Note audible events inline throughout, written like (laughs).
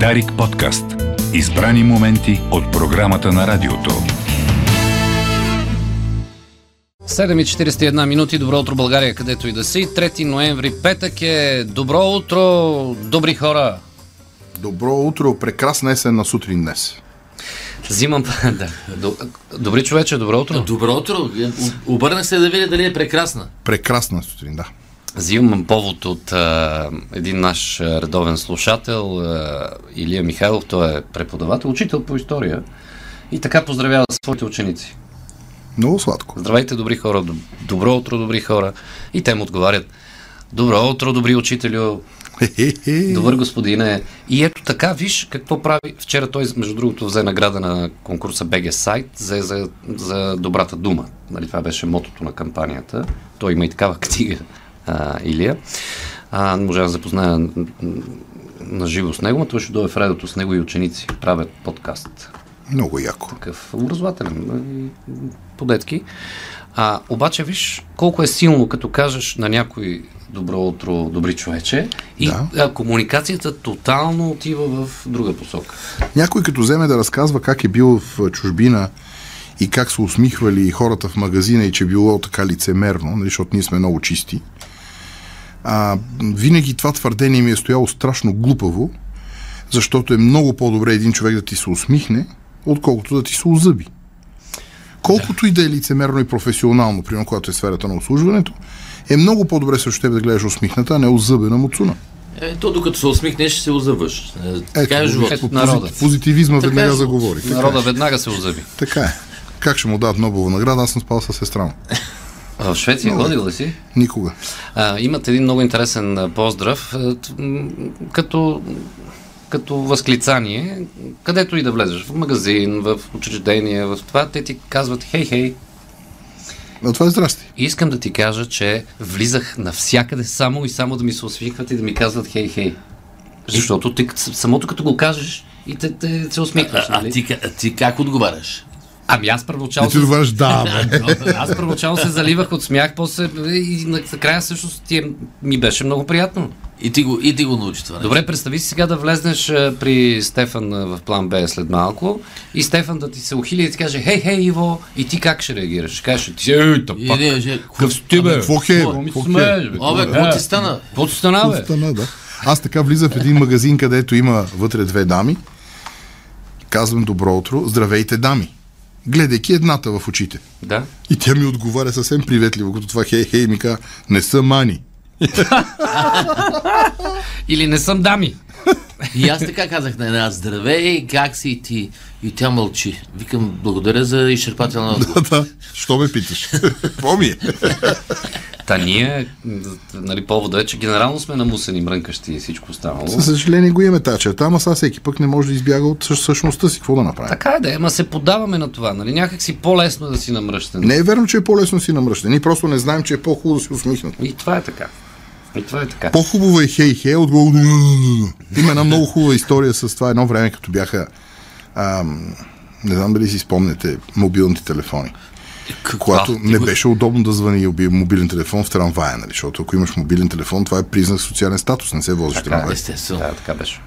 Дарик подкаст. Избрани моменти от програмата на радиото. 7.41 минути. Добро утро, България, където и да си. 3 ноември, петък е. Добро утро, добри хора. Добро утро, прекрасна есен на сутрин днес. Взимам... (laughs) Да. Доб- Добри човече, добро утро. Добро утро. У- Обърнах се да видя дали е прекрасна. Прекрасна сутрин, да. Взимам повод от а, един наш а, редовен слушател, а, Илия Михайлов. Той е преподавател, учител по история. И така поздравява своите ученици. Много сладко. Здравейте, добри хора. доб- Добро утро, добри хора. И те му отговарят. Добро утро, добри учителю. Хе-хе-хе. Добър господин е. И ето така, виж какво прави. Вчера той, между другото, взе награда на конкурса BG Сайт за, за, за добрата дума. Нали, това беше мотото на кампанията. Той има и такава (laughs) книга, а, Илия. А, не можа да се запозная м, м, на живо с него, но той ще дойде в редото с него и ученици. Правят подкаст Много яко. такъв образователен, нали, по-детски. А, обаче виж колко е силно, като кажеш на някой добро утро, добри човече и да. Да. а, комуникацията тотално отива в друга посока. Някой като вземе да разказва как е бил в чужбина и как са усмихвали хората в магазина и че било така лицемерно, нали, защото ние сме много чисти, а, винаги това твърдение ми е стояло страшно глупаво, защото е много по-добре един човек да ти се усмихне, отколкото да ти се озъби. Колкото и да е лицемерно и професионално, примерно, когато е сферата на обслужването, е много по-добре срещу теб да гледаш усмихната, а не озъбена муцуна. Е, то докато се усмихнеш, ще се озъваш. Е, Така е Ето, живот. вижте. по- Народа. пози- позитивизма Така е веднага живот. заговори. Така е. Народа веднага се озъби. Така е. Как ще му дадат Нобелова награда? Аз съм спал с сестра му. А, В Швеция ходил ли си? Никога. е. А, имат един много интересен а, поздрав, а, т- м, като, като възклицание, където и да влезеш, в магазин, в учреждение, в това, те ти казват хей-хей, А това е здрасти. И Искам да ти кажа, че влизах навсякъде само и само да ми се усмихват и да ми казват хей-хей. Защото ти, с- самото като го кажеш и те, те се усмихваш, А, нали? а, ти, ка- а ти как отговаряш? Ами аз първоначално... И ти Се... добавяш да, бе. Аз първоначално се заливах от смях, после и накрая всъщност ти е, ми беше много приятно. И ти го, и ти го научи това. нещо. Добре, представи си сега да влезнеш а, при Стефан а, в план Б след малко и Стефан да ти се ухили и да ти каже хей, хей, Иво, и ти как ще реагираш? Ще кажеш, Е, ти е, ей, та И пак, не, же, къв си ти, бе? Какво хе? Ми Какво смееш, бе? Абе, Е, какво ти стана? Какво ти стана, бе? Остана, да. Аз така влизам в един магазин, където има вътре две дами. Казвам добро утро, здравейте дами. Гледайки едната в очите. Да. И тя ми отговаря съвсем приветливо, като това хей-хей ми казва, не са мани. (laughs) Или не съм дами. И аз така казах на една, здравей, как си и ти? И тя мълчи. Викам, благодаря за изчерпателна отговор. Да, що ме питаш? (laughs) Какво ми е? Та ние, м, нали, повода е, че генерално сме намусени, мрънкащи и всичко останало. Със съжаление го имаме тази черта, ама сега всеки пък не може да избяга от същ- същността си. Какво да направи? Така е да е, ма се подаваме на това, нали? Някак си по-лесно е да си намръщен. Не е верно, че е по-лесно си намръщен. Ние просто не знаем, че е по-хубаво да си усмихнат. И това е така. И това е така. По-хубаво е хей-хей, отколкото... Има една много хубава история с това едно време, като бяха... Ам, не знам дали си спомняте мобилните телефони. Когато А, ти не го- беше удобно да звъни оби- мобилен телефон в трамвая, нали? Защото ако имаш мобилен телефон, това е признак социален статус, не се возиш в е. трамвай. Естествено. Да, така беше.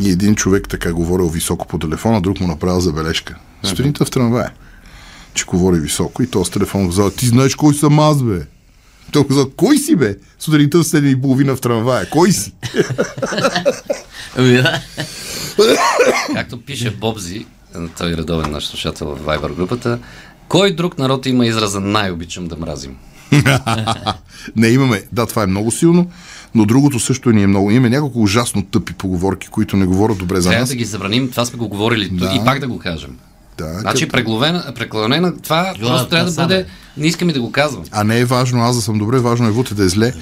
И един човек така говорил високо по телефона, друг му направил забележка. Сутринта в трамвая, че говори високо и то с телефон взел, ти знаеш кой съм аз, бе? Той казал, кой си, бе? Сутринта в 7 и половина в трамвая, кой си? (laughs) Ами, да. Както пише Бобзи, той е редовен наш слушател в Viber групата, кой друг народ има израза най-обичам да мразим? Не, имаме. Да, това е много силно, но другото също ни е много. Имаме няколко ужасно тъпи поговорки, които не говорят добре за Трябва нас. да ги забраним, това сме го говорили да. и пак да го кажем. Да, Значи като- преклонена, преклонена това просто трябва да това бъде, не искам и да го казвам. А не е важно аз да съм добре, важно е Вуте да е зле.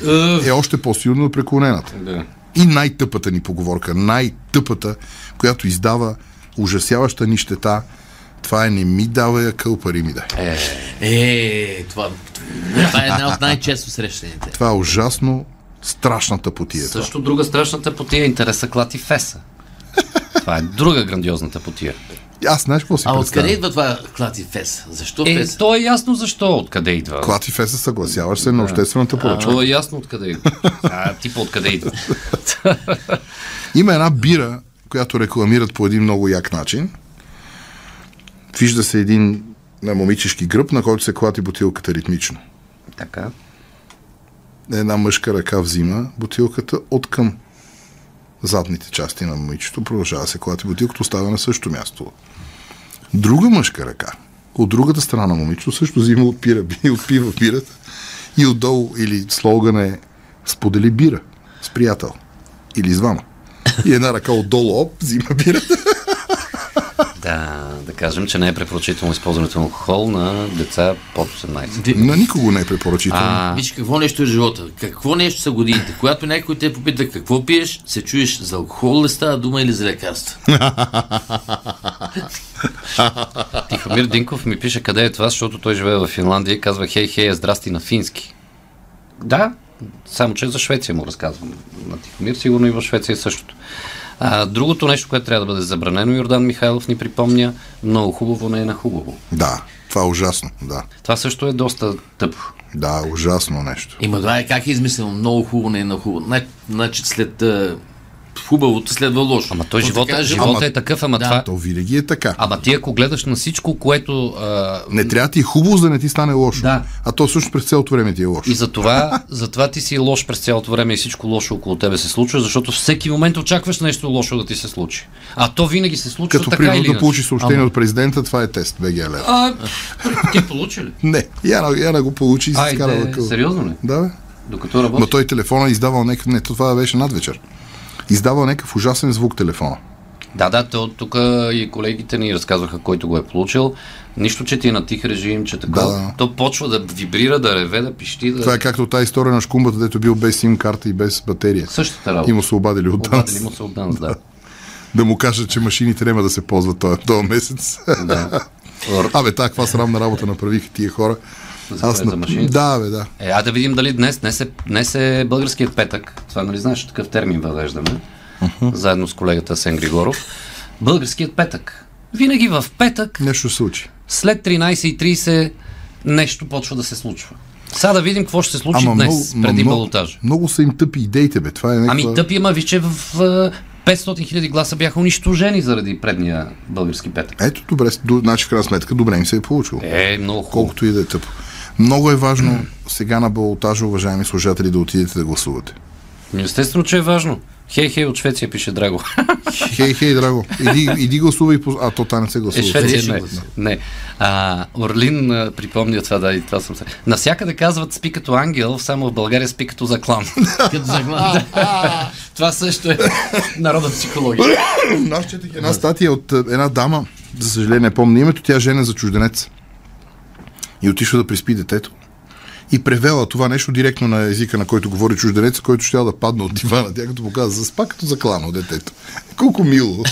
Е още по-силно от преклонената. Да. И най-тъпата ни поговорка, най-тъпата, която издава ужасяваща ни щета, това е не ми давай, а къл пари ми дай. Е, това, това е една от най-често срещаните. Това е ужасно страшната потия. това. Също друга страшната потия е интереса клати феса. Това е друга грандиозната потия. Аз знаеш какво си А откъде представя? идва това клати фес? Защо Е, фес? то е ясно защо откъде идва. Клати Феса съгласяваш се на обществената А, поръчка. то е ясно откъде идва. А, типа откъде идва. Има една бира, която рекламират по един много як начин. Вижда се един а, момичешки гръб, на който се клати бутилката ритмично. Така. Една мъжка ръка взима бутилката от към задните части на момичето, продължава да се клати бутилката, остава на същото място. Друга мъжка ръка, от другата страна на момичето, също взима от пира, би- (laughs) отпива пирата и отдолу или слоган е сподели бира с приятел или с двама. И една ръка отдолу, оп, взима бирата. Да, да кажем, че не е препоръчително използването на алкохол на деца под 18. На никого не е препоръчително. А, Виж какво нещо е живота. Какво нещо са годините. Когато някой те попита какво пиеш, се чуеш за алкохол ли става дума или за лекарства. (laughs) Тихомир Динков ми пише къде е това, защото той живее в Финландия и казва хей, хей, е, здрасти на фински. Да, само че за Швеция му разказвам. На Тихомир сигурно и в Швеция е същото. А, другото нещо, което трябва да бъде забранено, Йордан Михайлов ни припомня, много хубаво не е на хубаво. Да, това е ужасно. Да, Това също е доста тъпо. да, ужасно нещо. Има това е как е измислено. Много хубаво, не е на хубаво. Зна- Значи след а, хубавото следва лошо. Ама той Просто живота, така е живота Ама- е такъв, ама това... То винаги е така. Ама ти ако гледаш на всичко, което а, Не трябва ти е хубаво, за да не ти стане лошо. Да. А то всъщност през цялото време ти е лошо. И затова, затова ти си лош през цялото време и всичко лошо около тебе се случва, защото всеки момент очакваш нещо лошо да ти се случи. А то винаги се случва Като така или примерно да иначе. получи съобщение от президента, това е тест, БГ Лев. А, ти получи (laughs) ли? Не, Яна, Яна го получи и се скара Айде, лъкъл. сериозно ли? Да, бе. Докато работи. Ма той телефона е издавал някакъв... Не, това беше надвечер. Издавал някакъв ужасен звук телефона. Да, да, то, тук и колегите ни разказваха, който го е получил. Нищо, че ти е на тих режим, че така. Да, да. То почва да вибрира, да реве, да пищи, да... Това е както тази история на шкумбата, дето бил без сим карта и без батерия. Същата работа. И му се обадили от Обадили нас му се от данс, (laughs) да. да му кажат, че машините няма да се ползват този, този месец. да. Абе, та, каква срамна работа направиха тия хора. За кое? За машините? Да, бе, да. Е, а да видим дали днес, днес е, днес е българският петък, това нали знаеш, такъв термин въвеждаме, заедно с колегата Сен Григоров. Българският петък. Винаги в петък, Нещо се случи. след 13.30, нещо почва да се случва. Сега да видим какво ще се случи днес, ма, преди много, балотажа. много са им тъпи идеите, бе. Това е някаква... Ами тъпи, ама виж, че в, в е, 500 хиляди гласа бяха унищожени заради предния български петък. Ето, добре, с- до, значи в крайна сметка добре им се е получило. Е, много хубаво. колкото и да е тъпо. Много е важно сега на балотажа, уважаеми служатели, да отидете да гласувате. (laughs) Естествено, че е важно. Хей, хей, от Швеция пише Драго. (laughs) Хей, хей, драго, иди, иди гласувай. по- А, то та не се Е, гласува. Швеция Швеция не. гласува. не. А, Орлин а, припомня това, да, и това съм се. Навсякъде казват спи като ангел, само в България спи като заклан. Като заглавие. (laughs) това също е народна психология. Аз четах една статия от е, една дама, за съжаление не помня името, тя е жена за чужденец. И отишла да приспи детето. И превела това нещо директно на езика, на който говори чужденец, който ще да падне от дивана. Тя като му каза, заспа като заклано детето. Е, Колко мило.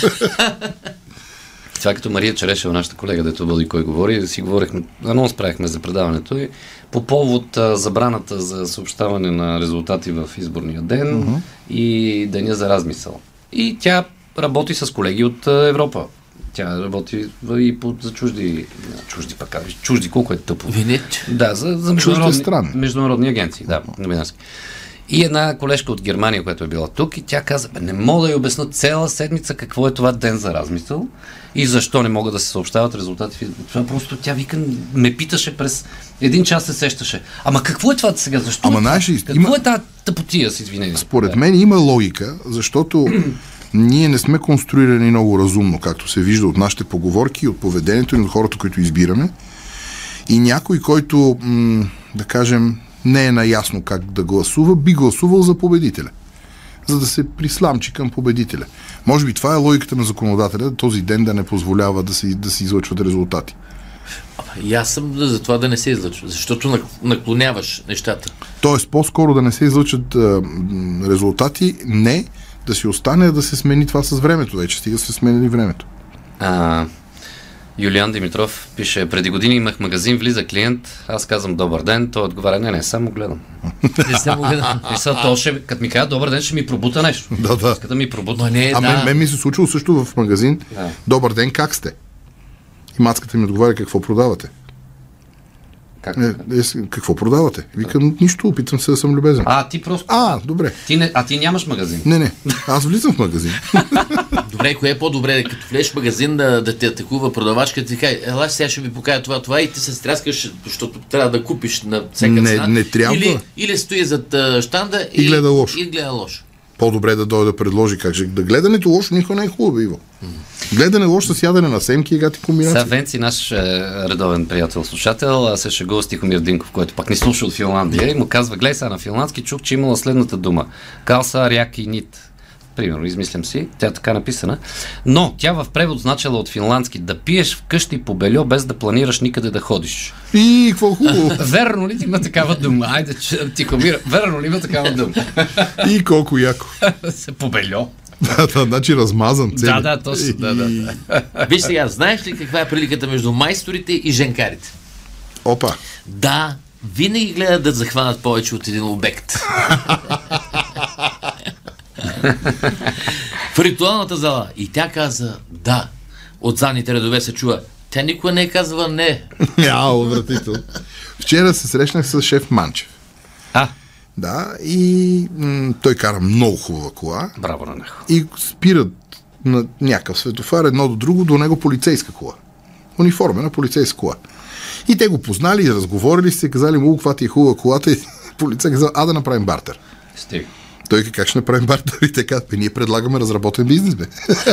Това като Мария Черешева, нашата колега, дето води кой говори, си говорихме, анонс правихме за предаването и по повод а, забраната за съобщаване на резултати в изборния ден и деня за размисъл. И тя работи с колеги от а, Европа. Тя работи в- и по, за чужди, чужди пък, а, чужди, колко е тъпо. Винет. Да, за, за международни, страни. международни агенции, да, новинарски. И една колежка от Германия, която е била тук, и тя каза, бе, не мога да й обясна цяла седмица какво е това ден за размисъл и защо не могат да се съобщават резултати в изборите. Това просто тя вика, ме питаше през един час се сещаше. Ама какво е това сега? Защо? Ама е това? знаеш ли, Какво има- е тази тъпотия с извинение? Според мен има логика, защото ние не сме конструирани много разумно, както се вижда от нашите поговорки, от поведението ни, от хората, които избираме. И някой, който, м, да кажем, не е наясно как да гласува, би гласувал за победителя, за да се присламчи към победителя. Може би това е логиката на законодателя, този ден да не позволява да се, да се излъчват резултати. И аз съм за това да не се излъчва, защото нак- наклоняваш нещата. Тоест, по-скоро да не се излъчат а, м, резултати, не да си остане, а да се смени това с времето. Вече стига се сменили времето. А, Юлиан Димитров пише, преди години имах магазин, влиза клиент, аз казвам добър ден, той отговаря, не, не, само гледам. Не съм уверен. И сега то ще, като ми казва добър ден, ще ми пробута нещо. Да, да. Иска да ми пробута. Ма не, А мен, да. мен ми се случило също в магазин. Да. Добър ден, как сте? И мацката ми отговаря какво продавате. Как? Е, е, какво продавате? Викам, нищо, опитвам се да съм любезен. А, ти просто... А, добре. Ти не, а ти нямаш магазин. Не, не, аз влизам в магазин. Добре, кое е по-добре, като влезеш в магазин да, да те атакува продавачка, ти каже, ела сега ще ви покажа това, това и ти се стряскаш, защото трябва да купиш на всяка Не, цена. не трябва. Или, или стои зад а, щанда И гледа лошо. И гледа лошо. По-добре да дойде да предложи как ще. Да гледането лошо никога не е хубаво, Иво. Гледане лошо с ядене на семки и гати Сега комбинация. Венци, наш е, редовен приятел, слушател, а се шегува с Тихомир Динков, който пак ни слуша от Финландия и му казва, гледай сега на финландски, чух, че имала следната дума. Калса, ряк и нит. Примерно, измислям си, тя е така написана. Но тя в превод значила от финландски да пиеш вкъщи по бельо, без да планираш никъде да ходиш. И какво хубаво. Верно ли ти има такава дума? Айде, че- Тихомир, верно ли има такава дума? И колко яко. (laughs) Се по бельо. Да, да, (laughs) значи размазан цели. Да, да, точно, да, да. И- Виж сега, знаеш ли каква е приликата между майсторите и женкарите? Опа. (laughs) Да, винаги гледат да захванат повече от един обект. (laughs) в ритуалната зала. И тя каза да. От задните редове се чува. Тя никога не е казва не. Я, отвратително. Вчера се срещнах с шеф Манчев. А, Да, и м- той кара много хубава кола. браво на него. и спират на някакъв светофар едно до друго, до него полицейска кола. Униформена полицейска кола. И те го познали, разговорили се, казали му, «О, каква ти е хубава колата и (laughs) полицай казал, а да направим бартер. Стига. Той каза, как ще направим бартер (laughs) и така, бе, ние предлагаме разработен бизнес, бе. (laughs)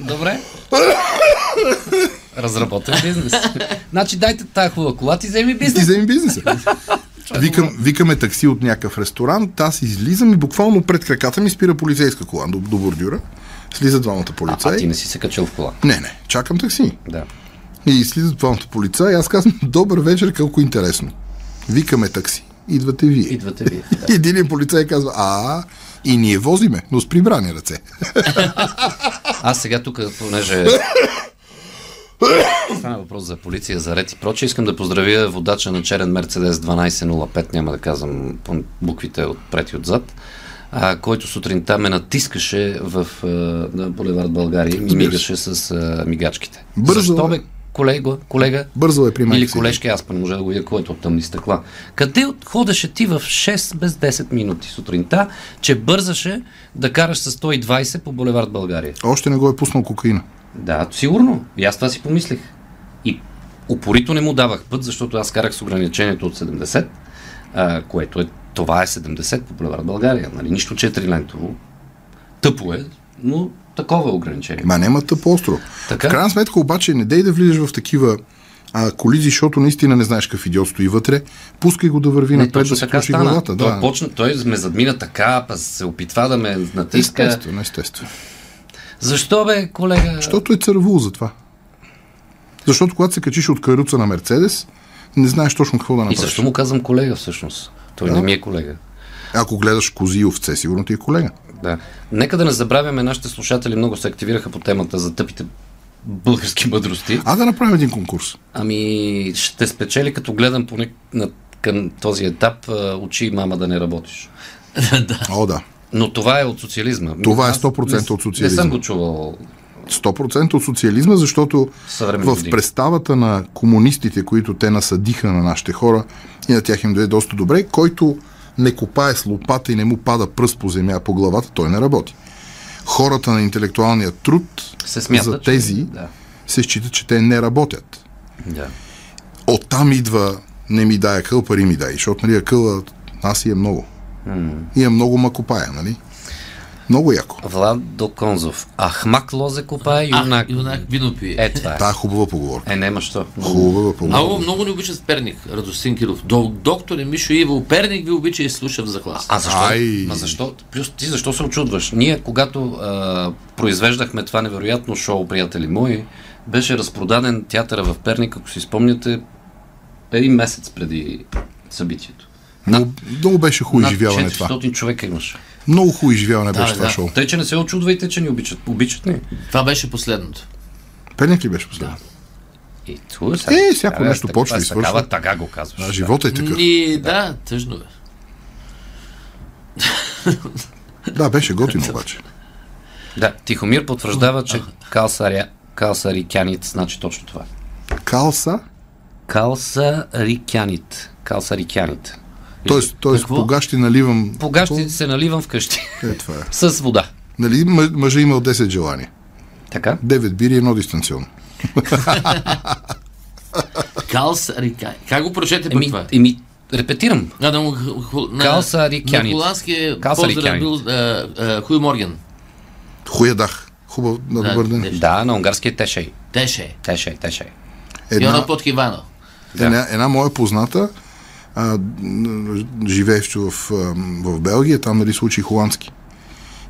Добре. Разработен бизнес. значи дайте тази хубава кола, ти вземи Ти бизнес. вземи бизнеса. Викам, викаме такси от някакъв ресторант, аз излизам и буквално пред краката ми спира полицейска кола до, до бордюра. Слизат двамата А ти полицаи. не си се качил в кола. Не, не, чакам такси. Да. И слизат двамата полица и аз казвам, добър вечер, колко интересно. Викаме такси. Идвате вие. Идвате вие. И един полицай казва, а, и ние возиме, но с прибрани ръце. Аз сега тук, понеже стана въпрос за полиция, за ред и прочее, искам да поздравя водача на черен Мерцедес 1205, няма да казвам по буквите отпред и отзад, а, който сутринта ме натискаше в а, на булевард България и ми Разбира се. мигаше с а, мигачките. Бързо, Защо бе? бе, колега, колега, Бързо е при майка или си. колежка, аз не може да го видя, който от тъмни стъкла. Къде от- ходеше ти в 6 без 10 минути сутринта, че бързаше да караш с 120 по булевард България? Още не го е пуснал кокаина. Да, сигурно. И аз това си помислих. И упорито не му давах път, защото аз карах с ограничението от 70, а, което е, това е 70 по Булевард България. Нали? Нищо четирилентово. Тъпо е, но такова е ограничение. Ма няма тъпо остро. Така. В крайна сметка обаче не дей да влизаш в такива а, колизи, защото наистина не знаеш какъв идиот стои вътре. Пускай го да върви Не, напред, да точно се така включи стана. е главата. той, Да. почна, той ме задмина така, па се опитва да ме натиска. Естествено, естествено. Защо бе, колега? Защото е цървул за това. Защото когато се качиш от каруца на Мерцедес, не знаеш точно какво да И направиш. защо му казвам колега всъщност? Той не ми е колега. Ако гледаш кози и овце, сигурно ти е колега. Да. Нека да не забравяме, нашите слушатели много се активираха по темата за тъпите български мъдрости. А да направим един конкурс. Ами, ще спечели, като гледам поне на, към този етап, а, учи и мама да не работиш. О, да. Но това е от социализма. Това е Аз 100% не- от социализма. Не съм го чувал. 100% от социализма, защото Съвременни в години. представата на комунистите, които те насъдиха на нашите хора, и на тях им дойде доста добре, който не копае с лопата и не му пада пръст по земя по главата, той не работи. Хората на интелектуалния труд Се смята, за че- тези да. се считат, че те не работят. Да. Оттам идва не ми дай акъл, пари ми дай, защото нали, акъла аз и е много. И е много макопая, нали? Много яко. Влад Доконзов. Ахмак лозе копае, А, юнак. юнак вино пие. Е, това е. Та е хубава поговорка. Е, нема що. Хубава поговорка. Много, много не обичат Перник, Радостин Киров. До, докторе е Мишо Иво, Перник ви обича и слуша в заклас. А защо? Ай. Ма защо? Плюс ти защо се очудваш? Ние, когато а, произвеждахме това невероятно шоу, приятели мои, беше разпродаден театъра в Перник, ако си спомняте, един месец преди събитието. Много, много беше хубаво Над изживяване това. 400 човека имаше. Много хубаво изживяване беше да, това да. шоу. Тъй, че не се очудвайте, че ни обичат. Обичат ни. Това беше последното. Перник ли беше последно? И ту, сега, Е, всяко така, нещо така, почва и с такава свършва. тага го казваш. Да, живота е такъв. И да, тъжно е. Да, беше готино обаче. Да, Тихомир потвърждава, че калсаря, калсарикянит значи точно това. Калса, Калса рикянит. Калса рикянит. т.е. т.е. Какво? кога ще наливам... Кога ще се наливам вкъщи? (laughs) Е, това е. С вода. Нали, мъ- мъжа имал 10 желания. Така? 9 бири и едно дистанционно. Калс Рикай. Как го прочете пък Еми, това? еми, репетирам. А, да му, ху- ху- на- Калса Рикянит. На холандския Калса поздрав Рикянит. бил а, а, Хуй Морген. Хуядах. Хубав, на Да, добър ден. не. Да, на унгарски е тешей. Теше. Тешей, тешей. Една, Йона Подкивано. една, една моя позната, а, м, живееща в, ам, в Белгия, там нали се учи холандски.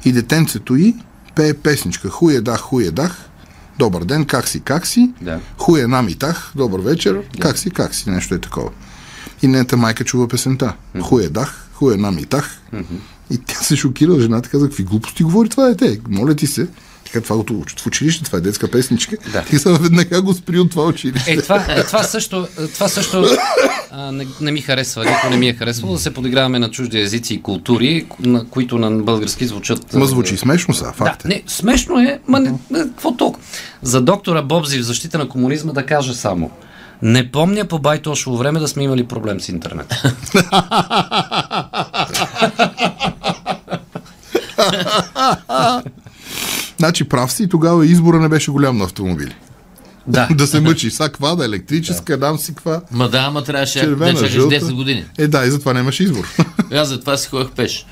И детенцето й пее песничка. е Хуедах, хуедах. Добър ден, как си, как си? е Да. Хуя намитах, добър вечер, как си, как си, нещо е такова. И нейната майка чува песента. е Хуедах, хуя намитах. И тя се шокира, жената каза, какви глупости говори това дете, моля ти се. Така, това го учат в училище, това е детска песничка. Да. Ти сега веднага го спри от това училище. Е, това, е, това също, е, това също а, не, не ми харесва, никой не ми е харесвало да се подиграваме на чужди езици и култури, на които на български звучат. Ма а, звучи смешно са, Да, факт е. не, смешно е, ма не, не, какво толкова? За доктора Бобзи в защита на комунизма да кажа само. Не помня по байтошово време да сме имали проблем с (laughs) интернет. Значи прав си, тогава избора не беше голям на автомобили. да. да се мъчи, са ква, да е електрическа, дам си ква. Ма да, ама трябваше да Червена, чакаш жълта. 10 години. Е, да, и затова нямаш избор. (laughs) Аз затова си ходях пеш.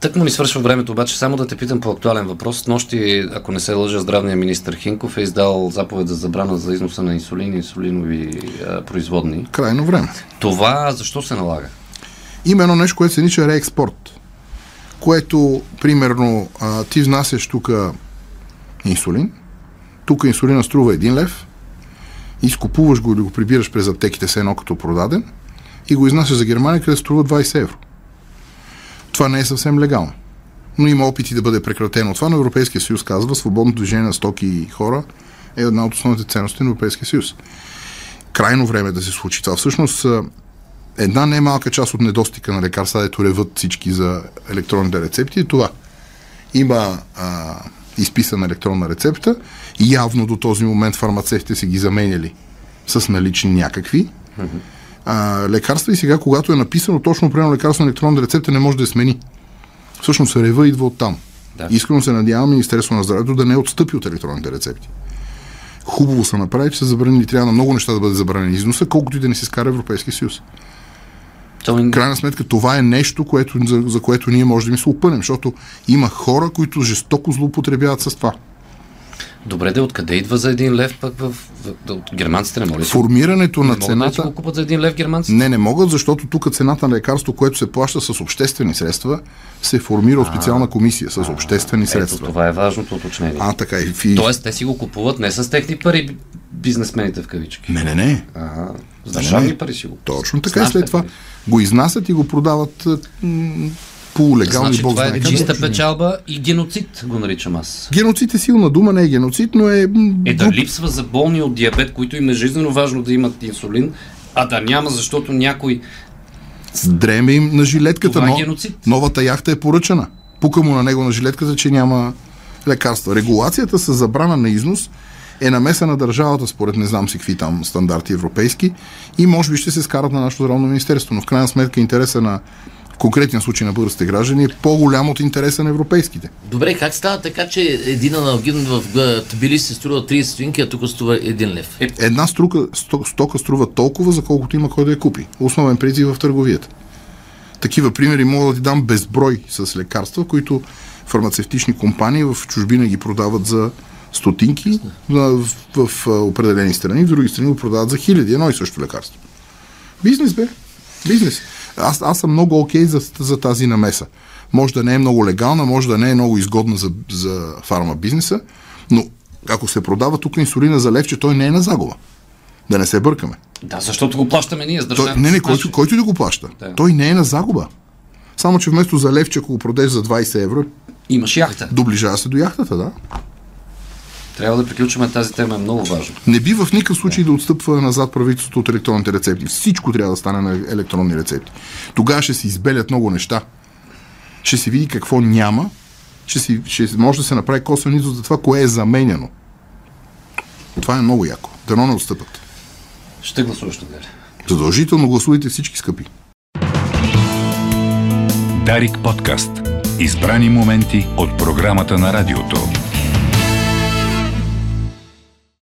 Тък му ни свършва времето, обаче само да те питам по актуален въпрос. Нощи, ако не се лъжа, здравният министр Хинков е издал заповед за забрана за износа на инсулин и инсулинови а, производни. Крайно време. Това защо се налага? Има едно нещо, което се нарича реекспорт, което, примерно, а, ти внасяш тук инсулин, тук инсулина струва 1 лев, изкупуваш го или го прибираш през аптеките, все едно като продаден, и го изнасяш за Германия, където струва 20 евро. Това не е съвсем легално. Но има опити да бъде прекратено това, но Европейския съюз казва, свободното движение на стоки и хора е една от основните ценности на Европейския съюз. Крайно време е да се случи това. Всъщност, а, една немалка част от недостига на лекарства, дето реват всички за електронните рецепти, е това. Има а, изписана електронна рецепта и явно до този момент фармацевтите си ги заменяли с налични някакви а, лекарства и сега, когато е написано точно определено лекарство на електронна рецепта, не може да я смени. Всъщност рева идва от там. Да. Искрено се надявам Министерството на здравето да не е отстъпи от електронните рецепти. Хубаво са направи, че са забранили. Трябва на много неща да бъде забранен износа, колкото и да не се скара Европейския съюз То, крайна сметка това е нещо, което, за, за което ние може да ми се опънем, защото има хора, които жестоко злоупотребяват с това. добре, де откъде идва за един лев пък в, в, да, от германците? Не може ли си- Формирането на не могат да си цената... го купат за един лев германците? Не, не могат, защото тук цената на лекарство, което се плаща с обществени средства, се формира от специална комисия с обществени Ето, средства. това е важното уточнение. А, така и фи... Тоест, те си го купуват не с техни пари, б- бизнесмените в кавички. Не, не, не. Ага, с държавни не. пари си го купуват. Точно така и Знаете след това Ами, ли? го изнасят и го продават а, м, по легални Значи, бог това е знае как. чиста печалба и геноцид, го наричам аз. Геноцид е силна дума, не е геноцид, но е... м, Е, да груб- липсва за болни от диабет, които им е жизненно важно да имат инсулин, а да няма, защото някой... Дреме им на жилетката. Това е но- геноцид. новата яхта е поръчана. Пука му на него на жилетката, че няма лекарства. Регулацията с забрана на износ е намеса на държавата, според не знам си какви там стандарти европейски и може би ще се скарат на нашето здравно министерство, но в крайна сметка интереса на в конкретния случай на българските граждани е по-голям от интереса на европейските. Добре, как става така, че един аналогин в г- Тбилиси се струва 30 стотинки, а тук струва 1 лев? Една струка, сто, стока струва толкова, за колкото има кой да я купи. Основен принцип в търговията. Такива примери мога да ти дам безброй с лекарства, които фармацевтични компании в чужбина ги продават за стотинки, в, в, в а, определени страни, в други страни го продават за хиляди, едно и също лекарство. Бизнес, бе. Бизнес. Аз, аз съм много окей за, за тази намеса. Може да не е много легална, може да не е много изгодна за, за фарма бизнеса, но ако се продава тук инсулина за левче, той не е на загуба. Да не се бъркаме. Да, защото го плащаме ние Значи, с Той, държавата. не, не, който, който и да го плаща. Да. Той не е на загуба. Само, че вместо за левче, ако го продеш за 20 евро, Имаш яхта. доближава се до яхтата, да? Трябва да приключваме тази тема, е много важно. Не би в никакъв случай да отстъпва назад правителството от електронните рецепти. Всичко трябва да стане на електронни рецепти. Тогава ще се избелят много неща. Ще се види какво няма. Ще, си, ще може да се направи косвен извод за това, кое е заменено. Това е много яко. Дано не отстъпат. Ще гласуваш неделя. Задължително гласувайте всички скъпи. Дарик подкаст. Избрани моменти от програмата на радиото.